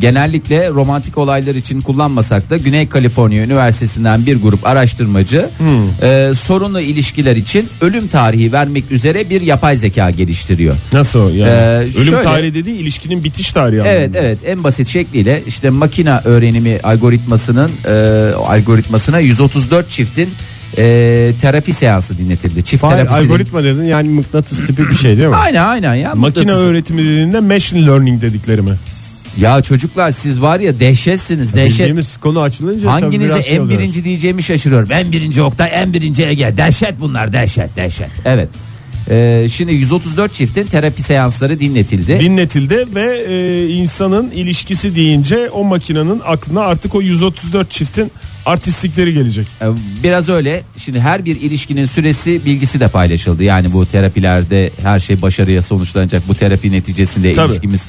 Speaker 5: genellikle romantik olaylar için kullanmasak da Güney Kaliforniya Üniversitesi'nden bir grup araştırmacı
Speaker 3: Hmm.
Speaker 5: e, sorunlu ilişkiler için ölüm tarihi vermek üzere bir yapay zeka geliştiriyor.
Speaker 4: Nasıl yani?
Speaker 5: Ee,
Speaker 4: Ölüm
Speaker 5: şöyle-
Speaker 4: tarihi dediği ilişkinin bitiş tarihi.
Speaker 5: Evet
Speaker 3: Hmm.
Speaker 4: anlamında.
Speaker 5: evet en basit şekliyle işte makina öğrenimi algoritmasının e, algoritmasına 134 çiftin e, terapi seansı dinletildi. Çift
Speaker 3: Hayır,
Speaker 5: terapisi.
Speaker 3: algoritma dedin yani mıknatıs tipi bir şey değil mi?
Speaker 5: Aynen aynen ya.
Speaker 4: Makine
Speaker 5: Mıknatıs-
Speaker 4: öğretimi dediğinde machine learning dediklerimi.
Speaker 5: Ya çocuklar siz var ya dehşetsiniz dehşet.
Speaker 3: Bildiğimiz konu açılınca tabii
Speaker 5: Hanginize
Speaker 3: biraz şey
Speaker 5: Şey, en
Speaker 3: oluyor.
Speaker 5: birinci diyeceğimi şaşırıyorum. En birinci Oktay, en birinci Ege. Dehşet bunlar, dehşet, dehşet. Evet. E, şimdi 134 çiftin terapi seansları dinletildi.
Speaker 4: Dinletildi ve e, insanın ilişkisi deyince o makinenin aklına artık o 134 çiftin artistlikleri gelecek.
Speaker 5: E, Biraz öyle. Şimdi her bir ilişkinin süresi bilgisi de paylaşıldı. Yani bu terapilerde her şey başarıya sonuçlanacak. Bu terapi neticesinde
Speaker 4: Tabii.
Speaker 5: ilişkimiz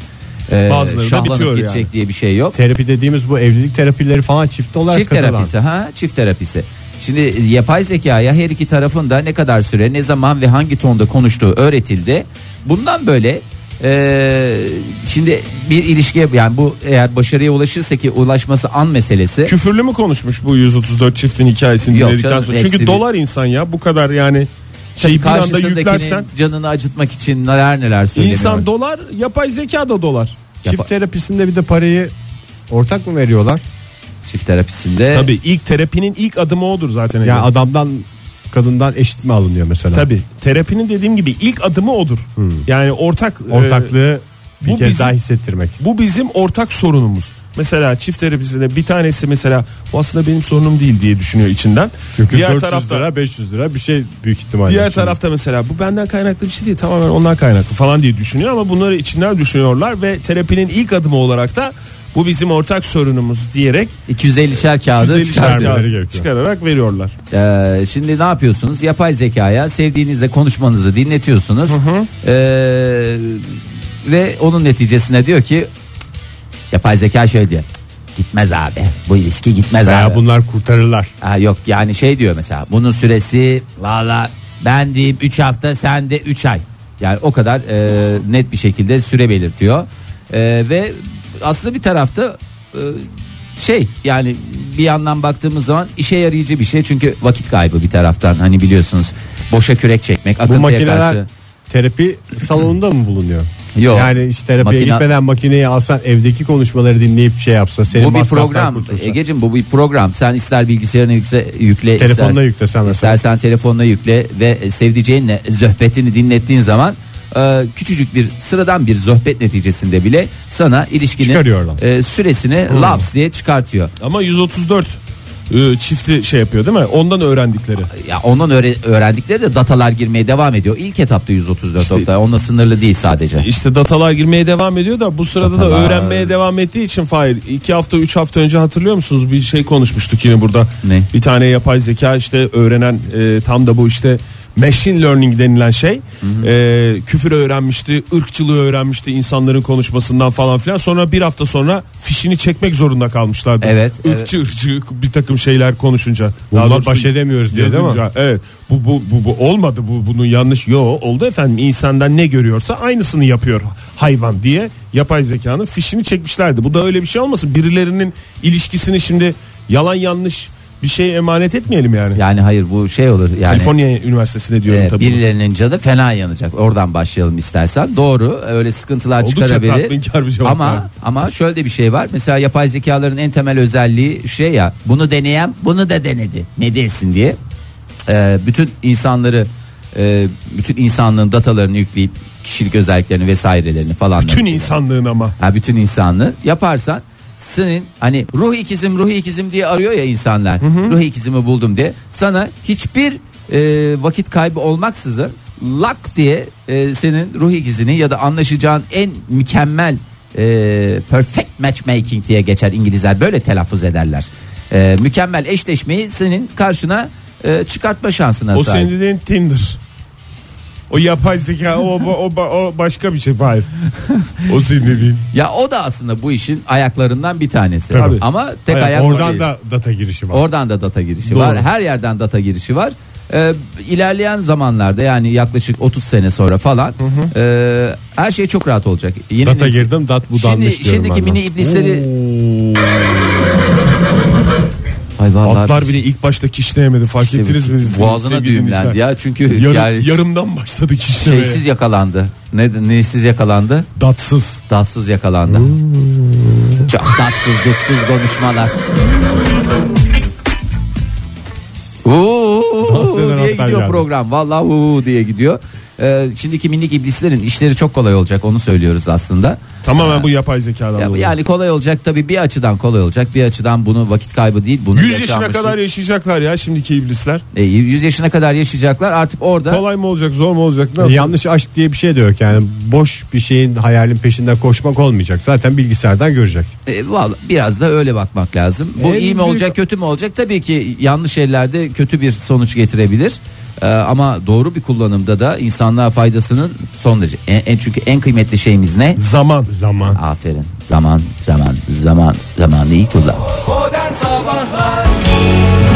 Speaker 5: e,
Speaker 4: Bazıları da bitiyor
Speaker 5: şahlanıp gidecek
Speaker 4: yani.
Speaker 5: diye bir şey yok.
Speaker 3: Terapi dediğimiz bu evlilik terapileri falan çift olarak
Speaker 5: Çift
Speaker 3: katılan.
Speaker 5: terapisi ha çift terapisi. Şimdi yapay zekaya her iki tarafın da ne kadar süre, ne zaman ve hangi tonda konuştuğu öğretildi. Bundan böyle e, şimdi bir ilişkiye yani bu eğer başarıya ulaşırsa ki ulaşması an meselesi.
Speaker 4: Küfürlü mü konuşmuş bu 134 çiftin hikayesini
Speaker 5: Yok
Speaker 4: dinledikten
Speaker 5: canım,
Speaker 4: sonra?
Speaker 5: hepsi
Speaker 4: Çünkü
Speaker 5: bir-
Speaker 4: dolar insan ya bu kadar yani şeyi bir anda
Speaker 5: Karşısındakinin
Speaker 4: yüklersen
Speaker 5: canını acıtmak için neler neler söyleniyor.
Speaker 4: insan dolar yapay zeka da dolar.
Speaker 3: Çift terapisinde bir de parayı ortak mı veriyorlar?
Speaker 5: Çift terapisinde.
Speaker 4: Tabii ilk terapinin ilk adımı odur zaten.
Speaker 3: Yani adamdan kadından eşit mi alınıyor mesela?
Speaker 4: Tabii terapinin dediğim gibi ilk adımı odur.
Speaker 5: Hmm.
Speaker 4: Yani ortak e,
Speaker 3: Ortaklığı bir
Speaker 4: Ee, bu
Speaker 3: kez
Speaker 4: bizim-
Speaker 3: daha hissettirmek.
Speaker 4: bu bizim ortak sorunumuz. Mesela çift terapisinde bir tanesi mesela bu aslında benim sorunum değil diye düşünüyor içinden.
Speaker 3: Çünkü
Speaker 4: diğer
Speaker 3: 400
Speaker 4: tarafta
Speaker 3: lira 500 lira bir şey büyük ihtimalle.
Speaker 4: diğer
Speaker 3: Şimdi
Speaker 4: tarafta mesela bu benden kaynaklı bir şey değil tamamen ondan kaynaklı falan diye düşünüyor ama bunları içinden düşünüyorlar ve terapinin ilk adımı olarak da bu bizim ortak sorunumuz diyerek
Speaker 5: 250'şer kağıdı
Speaker 4: 150
Speaker 5: çıkartıyor.
Speaker 3: vermeleri
Speaker 4: şarkı
Speaker 3: gerekiyor.
Speaker 4: çıkararak veriyorlar.
Speaker 5: Ee, şimdi ne yapıyorsunuz? Yapay zekaya sevdiğinizle konuşmanızı dinletiyorsunuz. Ee, ve onun neticesinde diyor ki yapay zeka şöyle diyor. Gitmez abi. Bu ilişki gitmez abi.
Speaker 3: Veya bunlar kurtarırlar.
Speaker 5: Ha, yok yani şey diyor mesela bunun süresi valla ben diyeyim 3 hafta sen de 3 ay. Yani o kadar e, net bir şekilde süre belirtiyor. E, ve aslında bir tarafta e, şey yani bir yandan baktığımız zaman işe yarayıcı bir şey. Çünkü vakit kaybı bir taraftan hani biliyorsunuz boşa kürek çekmek
Speaker 3: Bu
Speaker 5: akıntıya
Speaker 3: makineler
Speaker 5: karşı.
Speaker 3: terapi salonunda mı bulunuyor?
Speaker 5: Yok.
Speaker 3: Yani hiç terapiye
Speaker 5: Makine-
Speaker 3: gitmeden makineyi alsan evdeki konuşmaları dinleyip şey yapsa seni
Speaker 5: bu bir
Speaker 3: masraftan
Speaker 5: program E,
Speaker 3: kurtulsa.
Speaker 5: Egeciğim bu bir program sen ister bilgisayarına yükse, yükle
Speaker 3: Telefonuna
Speaker 5: istersen,
Speaker 3: yüklesen mesela.
Speaker 5: istersen telefonuna yükle ve e, sevdiceğinle zöhbetini dinlettiğin zaman e, küçücük bir sıradan bir zöhbet neticesinde bile sana
Speaker 3: Çıkarıyor
Speaker 5: ilişkinin
Speaker 3: lan.
Speaker 5: e, süresini laps diye çıkartıyor
Speaker 4: Ama 134 e, çifti şey yapıyor değil mi? Ondan öğrendikleri.
Speaker 5: ya ondan öğre- öğrendikleri de datalar girmeye devam ediyor ilk etapta 134 nokta onunla sınırlı değil sadece
Speaker 4: İşte datalar girmeye devam ediyor da bu sırada da
Speaker 5: Datalar.
Speaker 4: öğrenmeye devam ettiği için Fahir 2 hafta 3 hafta önce hatırlıyor musunuz bir şey konuşmuştuk yine burada.
Speaker 5: Ne?
Speaker 4: Bir tane yapay zeka işte öğrenen e, tam da bu işte machine learning denilen şey. E, küfür öğrenmişti, ırkçılığı öğrenmişti insanların konuşmasından falan filan. Sonra bir hafta sonra fişini çekmek zorunda kalmışlardı.
Speaker 5: Evet,
Speaker 4: Irkçı ırkçı bir takım şeyler konuşunca. Daha
Speaker 3: Bununla
Speaker 4: doğrusu
Speaker 3: baş edemiyoruz diye değil mi?
Speaker 4: yazınca, Evet. Bu, bu, bu, bu olmadı bu bunun yanlış. Yo oldu efendim. İnsandan ne görüyorsa aynısını yapıyor hayvan diye yapay zekanın fişini çekmişlerdi. Bu da öyle bir şey olmasın. Birilerinin ilişkisini şimdi yalan yanlış bir şey emanet etmeyelim yani.
Speaker 5: yani hayır bu şey olur yani
Speaker 4: Kaliforniya Üniversitesi'ne diyorum
Speaker 5: Ee,
Speaker 4: tabii. bunu.
Speaker 5: birilerinin canı fena yanacak. Oradan başlayalım istersen. Doğru. Öyle sıkıntılar
Speaker 4: Oldukça
Speaker 5: çıkarabilir.
Speaker 4: tatminkar bir cevap
Speaker 5: ama
Speaker 4: yani.
Speaker 5: ama şöyle de bir şey var. Mesela yapay zekaların en temel özelliği şey ya. Bunu deneyen bunu da denedi. Ne dersin diye. Ee, bütün insanları e, bütün insanlığın datalarını yükleyip kişilik özelliklerini vesairelerini falan.
Speaker 4: Tüm insanlığın ama.
Speaker 5: Ha, bütün insanlığı yaparsan senin hani ruh ikizim ruh ikizim diye arıyor ya insanlar. Ruh ikizimi buldum diye. Sana hiçbir e, vakit kaybı olmaksızın lak diye e, senin ruh ikizini ya da anlaşacağın en mükemmel e, perfect matchmaking diye geçer İngilizler böyle telaffuz ederler. E, mükemmel eşleşmeyi senin karşına e, çıkartma şansına
Speaker 4: O
Speaker 5: sahip.
Speaker 4: senin dediğin Tinder. O yapay zeka o, o, o, o başka bir şey Fahir. O senin dediğin.
Speaker 5: Ya o da aslında bu işin ayaklarından bir tanesi.
Speaker 4: Tabii.
Speaker 5: Ama tek
Speaker 4: Ayak-
Speaker 5: ayak o değil.
Speaker 3: Oradan da data girişi var.
Speaker 5: Oradan da data girişi
Speaker 4: Doğru.
Speaker 5: var. Her yerden data girişi var. Ee, ilerleyen zamanlarda yani yaklaşık 30 sene sonra falan e, her şey çok rahat olacak. Yeni
Speaker 3: data
Speaker 5: nesil-
Speaker 3: girdim dat
Speaker 5: Şimdi,
Speaker 3: budanmış diyorum.
Speaker 5: şimdiki
Speaker 3: ben de.
Speaker 5: mini iblisleri Ay vallahi
Speaker 4: Atlar bile ilk başta kişneyemedi fark
Speaker 5: işte
Speaker 4: ettiniz mi?
Speaker 5: Boğazına
Speaker 4: Sevgili
Speaker 5: düğümlendi
Speaker 4: dinleyiciler?
Speaker 5: ya çünkü
Speaker 4: Yarım-
Speaker 5: yani
Speaker 4: yarımdan başladı kişnemeye.
Speaker 5: şeysiz yakalandı. Ne neysiz yakalandı?
Speaker 4: Datsız.
Speaker 5: Datsız yakalandı.
Speaker 4: Hmm.
Speaker 5: Çok datsız dutsuz konuşmalar. Uuu
Speaker 3: Datsız
Speaker 5: diye
Speaker 3: anahtar
Speaker 5: gidiyor
Speaker 3: geldi.
Speaker 5: program. Vallahi uuu diye gidiyor. Ee, şimdiki minik iblislerin işleri çok kolay olacak onu söylüyoruz aslında.
Speaker 4: Tamamen bu yapay zekadan
Speaker 5: Ya,
Speaker 4: dolayı.
Speaker 5: yani kolay olacak tabii bir açıdan kolay olacak bir açıdan bunu vakit kaybı değil. Bunu
Speaker 4: 100 yaşına
Speaker 5: yaşanmışlık-
Speaker 4: kadar yaşayacaklar ya şimdiki iblisler.
Speaker 5: E, 100 yaşına kadar yaşayacaklar artık orada.
Speaker 4: Kolay mı olacak zor mu olacak nasıl?
Speaker 3: Yanlış aşk diye bir şey de yok yani boş bir şeyin hayalin peşinden koşmak olmayacak zaten bilgisayardan görecek.
Speaker 5: E, vallahi biraz da öyle bakmak lazım. Bu
Speaker 3: En
Speaker 5: iyi mi
Speaker 3: büyük-
Speaker 5: olacak kötü mü olacak? Tabii ki yanlış ellerde kötü bir sonuç getirebilir. E, ama doğru bir kullanımda da insanlığa faydasının son derece. En, en- çünkü en kıymetli şeyimiz ne?
Speaker 4: Zaman. Zaman.
Speaker 5: Aferin. Zaman, zaman, zaman, zamanı iyi kullan.
Speaker 2: Modern Sabahlar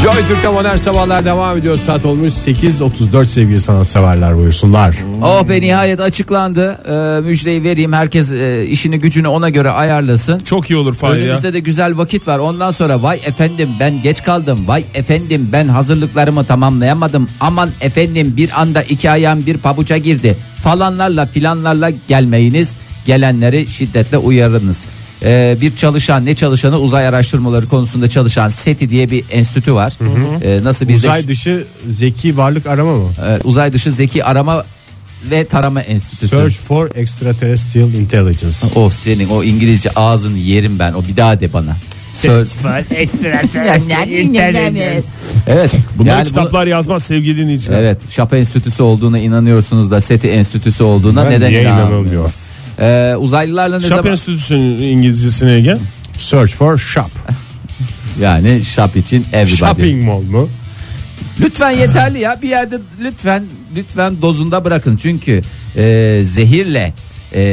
Speaker 3: Joy Türk'te modern sabahlar devam ediyor saat olmuş 8.34 sevgili sanatseverler buyursunlar.
Speaker 5: Oh be nihayet açıklandı. E, müjdeyi vereyim. Herkes e, işini gücünü ona göre ayarlasın.
Speaker 4: Çok iyi olur Fahir ya.
Speaker 5: Önümüzde de güzel vakit var. Ondan sonra vay efendim ben geç kaldım. Vay efendim ben hazırlıklarımı tamamlayamadım. Aman efendim bir anda iki ayağım bir pabuca girdi. Falanlarla filanlarla gelmeyiniz. Gelenleri şiddetle uyarınız. e, bir çalışan ne çalışanı uzay araştırmaları konusunda çalışan SETI diye bir enstitü var. E, nasıl bizde
Speaker 3: Uzay dışı zeki varlık arama mı?
Speaker 5: e, uzay dışı zeki arama ve tarama enstitüsü.
Speaker 3: Search for extraterrestrial intelligence.
Speaker 5: Oh senin o İngilizce ağzını yerim ben. O bir daha de bana. Söz. evet.
Speaker 4: Bunlar
Speaker 5: yani bunu-
Speaker 4: kitaplar yazmaz sevgili dinleyiciler.
Speaker 5: Evet. Şapa Enstitüsü olduğuna inanıyorsunuz da SETI Enstitüsü olduğuna
Speaker 3: Ben
Speaker 5: neden
Speaker 3: niye
Speaker 5: inanılmıyor?
Speaker 3: inanılmıyor?
Speaker 5: Ee, uzaylılarla ne
Speaker 4: Şap
Speaker 5: zaman
Speaker 4: Enstitüsü'nün İngilizcesine Ege.
Speaker 3: Search for shop.
Speaker 5: yani şap için everybody.
Speaker 3: Shopping mall mu?
Speaker 5: Lütfen yeterli ya bir yerde lütfen lütfen dozunda bırakın çünkü e, zehirle e,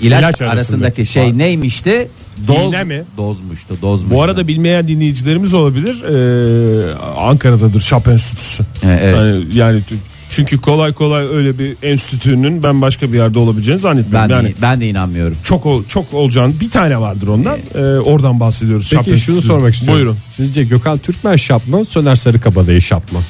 Speaker 5: ilaç,
Speaker 3: arasındaki
Speaker 5: arasındaki şey
Speaker 3: fark.
Speaker 5: neymişti? Doz,
Speaker 4: İğne mi?
Speaker 5: Dozmuştu dozmuştu.
Speaker 4: Bu arada bilmeyen dinleyicilerimiz olabilir. Ee, Ankara'dadır Şap Enstitüsü.
Speaker 5: E, evet.
Speaker 4: Yani, yani tü- çünkü kolay kolay öyle bir enstitünün ben başka bir yerde olabileceğini
Speaker 5: ben
Speaker 4: zannetmiyorum.
Speaker 5: de,
Speaker 4: yani
Speaker 5: ben de inanmıyorum.
Speaker 4: çok ol- çok olacağını bir tane vardır ondan. Ee, oradan bahsediyoruz.
Speaker 3: Peki
Speaker 4: Şap
Speaker 3: şunu
Speaker 4: Enstitüsü'nün.
Speaker 3: sormak istiyorum.
Speaker 4: Buyurun.
Speaker 3: Sizce Gökhan Türkmen şap mı? Söner Sarıkabadayı şap mı?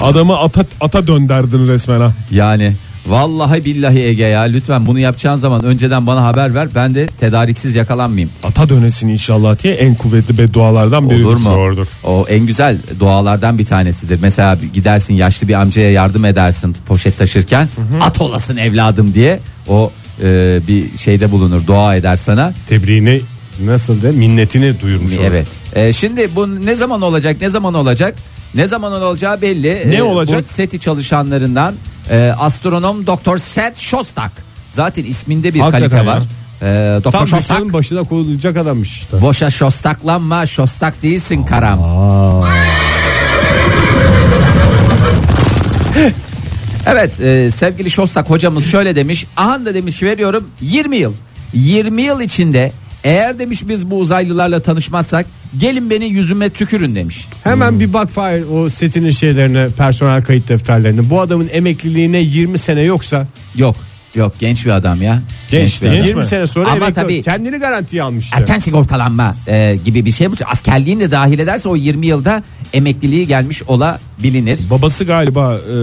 Speaker 4: Adamı ata ata dönderdin resmen ha.
Speaker 5: Yani vallahi billahi Ege ya lütfen bunu yapacağın zaman önceden bana haber ver ben de tedariksiz yakalanmayayım.
Speaker 4: Ata dönesin inşallah diye en kuvvetli beddualardan biri.
Speaker 5: Olur mu? O en güzel dualardan bir tanesidir. Mesela gidersin yaşlı bir amcaya yardım edersin poşet taşırken. At olasın evladım diye o e, bir şeyde bulunur. Dua eder sana.
Speaker 3: Tebriğini nasıl de minnetini duyurmuş olur.
Speaker 5: Evet. E, şimdi bu ne zaman olacak? Ne zaman olacak? Ne zaman olacağı belli.
Speaker 4: Ne
Speaker 5: E,
Speaker 4: olacak?
Speaker 5: Bu SETI çalışanlarından e, astronom Doktor Seth Shostak. Zaten isminde bir
Speaker 3: Hakikaten
Speaker 5: kalite
Speaker 3: ya.
Speaker 5: var. E,
Speaker 3: Tam
Speaker 5: Doktor Shostak.
Speaker 3: Gökhan'ın başına koyulacak adammış işte.
Speaker 5: Boşa şostaklanma şostak değilsin karam. evet e, sevgili şostak hocamız şöyle demiş. Ahan da demiş veriyorum 20 yıl. 20 yıl içinde eğer demiş biz bu uzaylılarla tanışmazsak gelin beni yüzüme tükürün demiş.
Speaker 3: Hemen bir bak Fahir o setinin şeylerine personel kayıt defterlerine. Bu adamın emekliliğine 20 sene yoksa
Speaker 5: Yok yok genç bir adam ya.
Speaker 3: genç, değil,
Speaker 4: genç
Speaker 3: 20
Speaker 4: mi?
Speaker 3: sene sonra
Speaker 5: Ama
Speaker 3: emekli
Speaker 5: tabii-
Speaker 3: kendini garantiye almış. işte.
Speaker 5: Erken sigortalanma e, gibi bir şey bu. Askerliğini de dahil ederse o 20 yılda emekliliği gelmiş olabilir.
Speaker 4: Babası galiba e,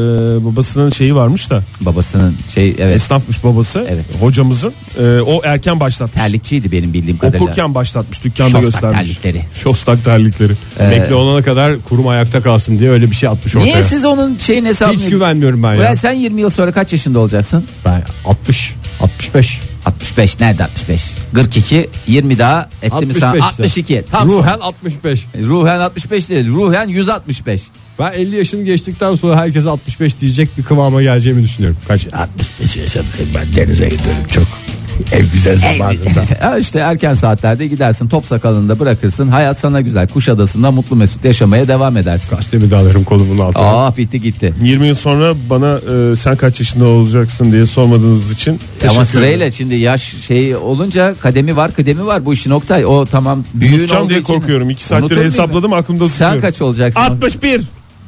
Speaker 4: babasının şeyi varmış da
Speaker 5: Babasının şey evet
Speaker 4: esnafmış babası
Speaker 5: Evet.
Speaker 4: hocamızın E, o erken başlatmış.
Speaker 5: terlikçiydi benim bildiğim kadarıyla.
Speaker 4: Okurken başlatmış dükkanda
Speaker 5: Şostak
Speaker 4: göstermiş.
Speaker 5: terlikleri.
Speaker 4: Şostak terlikleri.
Speaker 3: Emekli olana kadar kurum ayakta kalsın diye öyle bir şey atmış ortaya.
Speaker 5: Ee, Niye siz onun şeyin hesabını...
Speaker 3: Hiç güvenmiyorum ben ya.
Speaker 5: Ulan sen 20 yıl sonra kaç yaşında olacaksın?
Speaker 3: Ben 60 65
Speaker 5: 65 nerede 65? 42 20 daha etti mi sana?
Speaker 3: 65 'ti.
Speaker 5: 62 tam.
Speaker 3: Ruhen 65.
Speaker 5: E, Ruhen 65 değil ruhen 165.
Speaker 3: Ben 50 yaşını geçtikten sonra herkes 65 diyecek bir kıvama geleceğimi düşünüyorum. Kaç?
Speaker 6: 65 yaşındayım ben denize gidiyorum çok. En güzel zamanında.
Speaker 5: Ha işte erken saatlerde gidersin top sakalında bırakırsın hayat sana güzel Kuşadası'nda mutlu mesut yaşamaya devam edersin.
Speaker 3: Gazetemi de alırım kolumun altına.
Speaker 5: Aa bitti gitti.
Speaker 4: 20 yıl sonra bana e, sen kaç yaşında olacaksın diye sormadığınız için teşekkür
Speaker 5: Ama
Speaker 4: ederim.
Speaker 5: sırayla şimdi yaş şey olunca kademi var kıdemi var bu işin Oktay. O tamam büyüğün
Speaker 4: Unutacağım
Speaker 5: olduğu
Speaker 4: diye
Speaker 5: için-
Speaker 4: korkuyorum. 2
Speaker 5: Unutur
Speaker 4: saattir
Speaker 5: muyum?
Speaker 4: hesapladım aklımda tutuyorum.
Speaker 5: Sen kaç olacaksın?
Speaker 4: 61.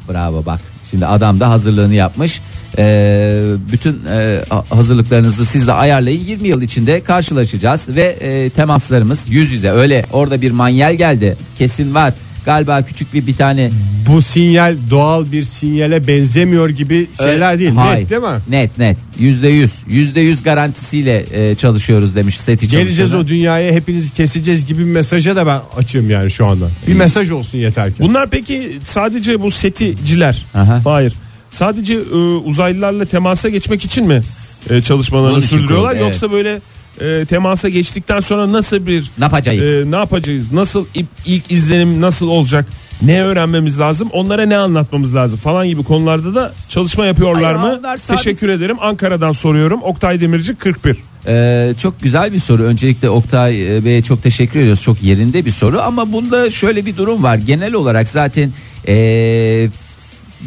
Speaker 5: Bravo bak. Şimdi adam da hazırlığını yapmış. Ee, bütün e, ha- hazırlıklarınızı siz de ayarlayın. 20 yıl içinde karşılaşacağız ve e, temaslarımız yüz yüze. Öyle orada bir manyel geldi. Kesin var. Galiba küçük bir bir tane
Speaker 3: Hmm. Bu sinyal doğal bir sinyale benzemiyor gibi şeyler değil.
Speaker 5: e, Hayır.
Speaker 3: Net değil mi?
Speaker 5: Net net. Yüzde yüz. Yüzde yüz garantisiyle e, çalışıyoruz demiş seti
Speaker 3: Geleceğiz
Speaker 5: çalışanı.
Speaker 3: o dünyaya hepinizi keseceğiz gibi bir mesaja da ben açığım yani şu anda. Bir mesaj olsun yeter ki.
Speaker 4: Bunlar peki sadece bu seticiler.
Speaker 5: Aha.
Speaker 4: Hayır. Sadece e, uzaylılarla temasa geçmek için mi e, çalışmalarını
Speaker 5: Bunun için
Speaker 4: sürdürüyorlar
Speaker 5: kuruldu,
Speaker 4: yoksa böyle e, temasa geçtikten sonra nasıl bir
Speaker 3: Ee,
Speaker 5: Ne yapacağız?
Speaker 4: e, ne yapacağız? Nasıl ilk, ilk izlenim nasıl olacak? Ne öğrenmemiz lazım? Onlara ne anlatmamız lazım falan gibi konularda da çalışma yapıyorlar
Speaker 5: Ay,
Speaker 4: mı?
Speaker 5: onlar sabit-
Speaker 4: Teşekkür ederim. Ankara'dan soruyorum. Oktay Demirci 41.
Speaker 5: Ee, çok güzel bir soru. Öncelikle Oktay e, Bey'e çok teşekkür ediyoruz. Çok yerinde bir soru ama bunda şöyle bir durum var. Genel olarak zaten e,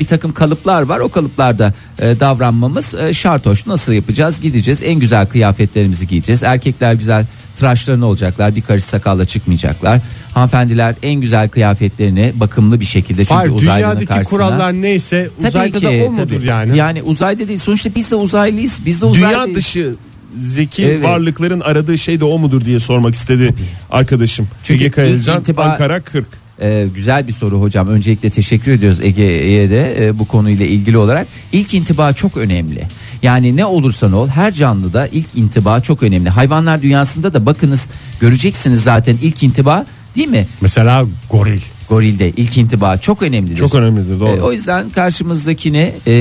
Speaker 5: bir takım kalıplar var. O kalıplarda e, davranmamız e, şart hoş. Nasıl yapacağız? Gideceğiz. En güzel kıyafetlerimizi giyeceğiz. Erkekler güzel tıraşlarını olacaklar. Bir karış sakalla çıkmayacaklar. Hanımefendiler en güzel kıyafetlerini bakımlı bir şekilde çünkü
Speaker 3: Hayır
Speaker 5: uzaylının
Speaker 3: dünyadaki
Speaker 5: karşısına.
Speaker 3: kurallar neyse
Speaker 5: Tabii
Speaker 3: uzayda
Speaker 5: ki,
Speaker 3: da o mudur
Speaker 5: tabii.
Speaker 3: yani?
Speaker 5: Yani uzayda değil. Sonuçta biz de uzaylıyız. Biz de uzaylıyız.
Speaker 4: Dünya dışı zeki
Speaker 5: Evet.
Speaker 4: varlıkların aradığı şey de o mudur diye sormak istedi arkadaşım.
Speaker 5: Çünkü
Speaker 4: Ege Kayacan
Speaker 5: ilk intiba-
Speaker 4: Ankara 40.
Speaker 5: Ee, güzel bir soru hocam. Öncelikle teşekkür ediyoruz Ege'ye de e, bu konuyla ilgili olarak. İlk intiba çok önemli. Yani ne olursan ol her canlıda ilk intiba çok önemli. Hayvanlar dünyasında da bakınız göreceksiniz zaten ilk intiba değil mi?
Speaker 3: Mesela goril.
Speaker 5: Gorilde ilk intiba çok önemlidir.
Speaker 4: Çok önemlidir, doğru.
Speaker 5: E, o yüzden karşımızdakini e,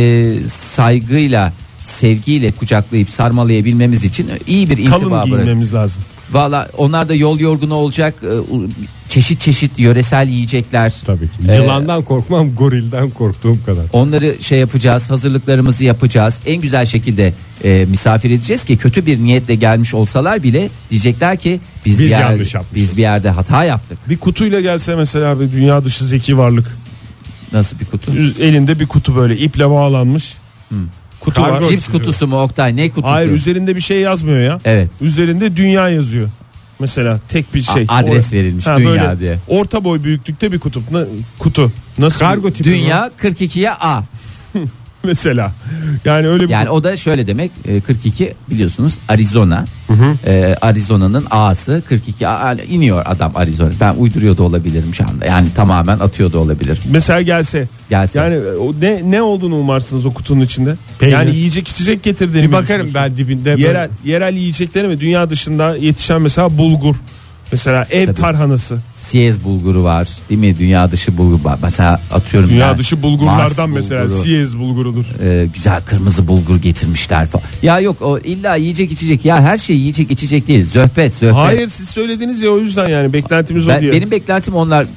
Speaker 5: saygıyla sevgiyle kucaklayıp sarmalayabilmemiz için iyi bir intiba
Speaker 4: Kalın
Speaker 5: bırak-
Speaker 4: giyinmemiz lazım.
Speaker 5: Valla onlar da yol yorgunu olacak. Ee, u- Çeşit çeşit yöresel yiyecekler.
Speaker 3: Tabii ki.
Speaker 5: Ee,
Speaker 3: Yılandan korkmam gorilden korktuğum kadar.
Speaker 5: Onları şey yapacağız, hazırlıklarımızı yapacağız. En güzel şekilde e, misafir edeceğiz ki kötü bir niyetle gelmiş olsalar bile diyecekler ki biz,
Speaker 3: Biz
Speaker 5: bir yer-
Speaker 3: yanlış yapmışız.
Speaker 5: Biz bir yerde hata yaptık.
Speaker 4: Bir kutuyla gelse mesela bir dünya dışı zeki varlık.
Speaker 5: Nasıl bir kutu?
Speaker 4: Üz- Elinde bir kutu böyle iple bağlanmış. Kutu var.
Speaker 5: Cips kutusu mu Oktay? Ne kutusu?
Speaker 4: Hayır üzerinde bir şey yazmıyor ya.
Speaker 5: Evet.
Speaker 4: Üzerinde dünya yazıyor. Mesela tek bir şey.
Speaker 5: A- adres verilmiş, dünya diye.
Speaker 4: Orta boy büyüklükte bir kutup. Na- kutu. Nasıl?
Speaker 3: Kargo tipi
Speaker 5: Dünya 42'ye A.
Speaker 4: Mesela. Yani öyle bir
Speaker 5: Yani o da şöyle demek e, 42 biliyorsunuz Arizona. E, Arizona'nın A'sı 42 A, yani iniyor adam Arizona. Ben uyduruyor da olabilirim şu anda. Yani tamamen atıyor da olabilir.
Speaker 4: Mesela gelse.
Speaker 5: Gelse.
Speaker 4: Yani o ne ne olduğunu umarsınız o kutunun içinde.
Speaker 3: Peynir.
Speaker 4: Yani yiyecek içecek getirdiğini
Speaker 3: Bir
Speaker 4: mi
Speaker 3: bakarım
Speaker 4: düşünüyorsun?
Speaker 3: ben dibinde.
Speaker 4: Yerel yerel yiyecekleri mi? Dünya dışında yetişen mesela bulgur. Mesela ev
Speaker 5: Tabii.
Speaker 4: tarhanası.
Speaker 5: Siyez bulguru var değil mi? Dünya dışı bulgur var. Mesela atıyorum.
Speaker 4: Dünya
Speaker 5: ben,
Speaker 4: dışı bulgurlardan
Speaker 5: Mars
Speaker 4: mesela
Speaker 5: bulguru,
Speaker 4: Siyez bulgurudur.
Speaker 5: e, güzel kırmızı bulgur getirmişler falan. Ya yok o illa yiyecek içecek. Ya her şey yiyecek içecek değil. Zöhbet zöhbet.
Speaker 4: Hayır siz söylediniz ya o yüzden yani beklentimiz o
Speaker 5: Ben,
Speaker 4: diye.
Speaker 5: benim beklentim onlar e,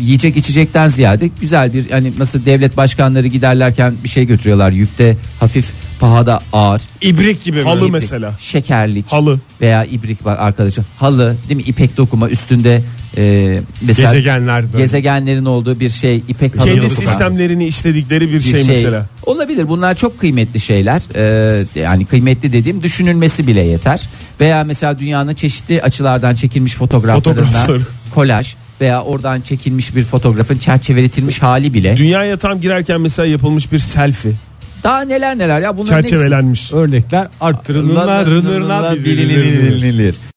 Speaker 5: yiyecek içecekten ziyade güzel bir hani nasıl devlet başkanları giderlerken bir şey götürüyorlar yükte hafif pahada ağır
Speaker 3: ibrik gibi
Speaker 4: Halı
Speaker 5: İpek,
Speaker 4: mesela.
Speaker 5: şekerlik
Speaker 4: Halı.
Speaker 5: veya ibrik var arkadaşım halı değil mi ipek dokuma üstünde e, mesela
Speaker 3: Gezegenler böyle.
Speaker 5: gezegenlerin olduğu bir şey ipek halı
Speaker 4: Kendi
Speaker 5: dokunan
Speaker 4: sistemlerini işledikleri bir,
Speaker 5: bir
Speaker 4: şey, mesela.
Speaker 5: olabilir bunlar çok kıymetli şeyler Ee, yani kıymetli dediğim düşünülmesi bile yeter veya mesela dünyanın çeşitli açılardan çekilmiş fotoğraflarından
Speaker 4: Fotoğrafları.
Speaker 5: kolaj veya oradan çekilmiş bir fotoğrafın çerçeveletilmiş hali bile
Speaker 4: Dünyaya tam girerken mesela yapılmış bir selfie.
Speaker 5: daha neler neler ya bunların hepsi-
Speaker 4: Çerçevelenmiş.
Speaker 3: Örnekler arttırılırlar, rınırlar, bilinilir.
Speaker 5: bilinilir.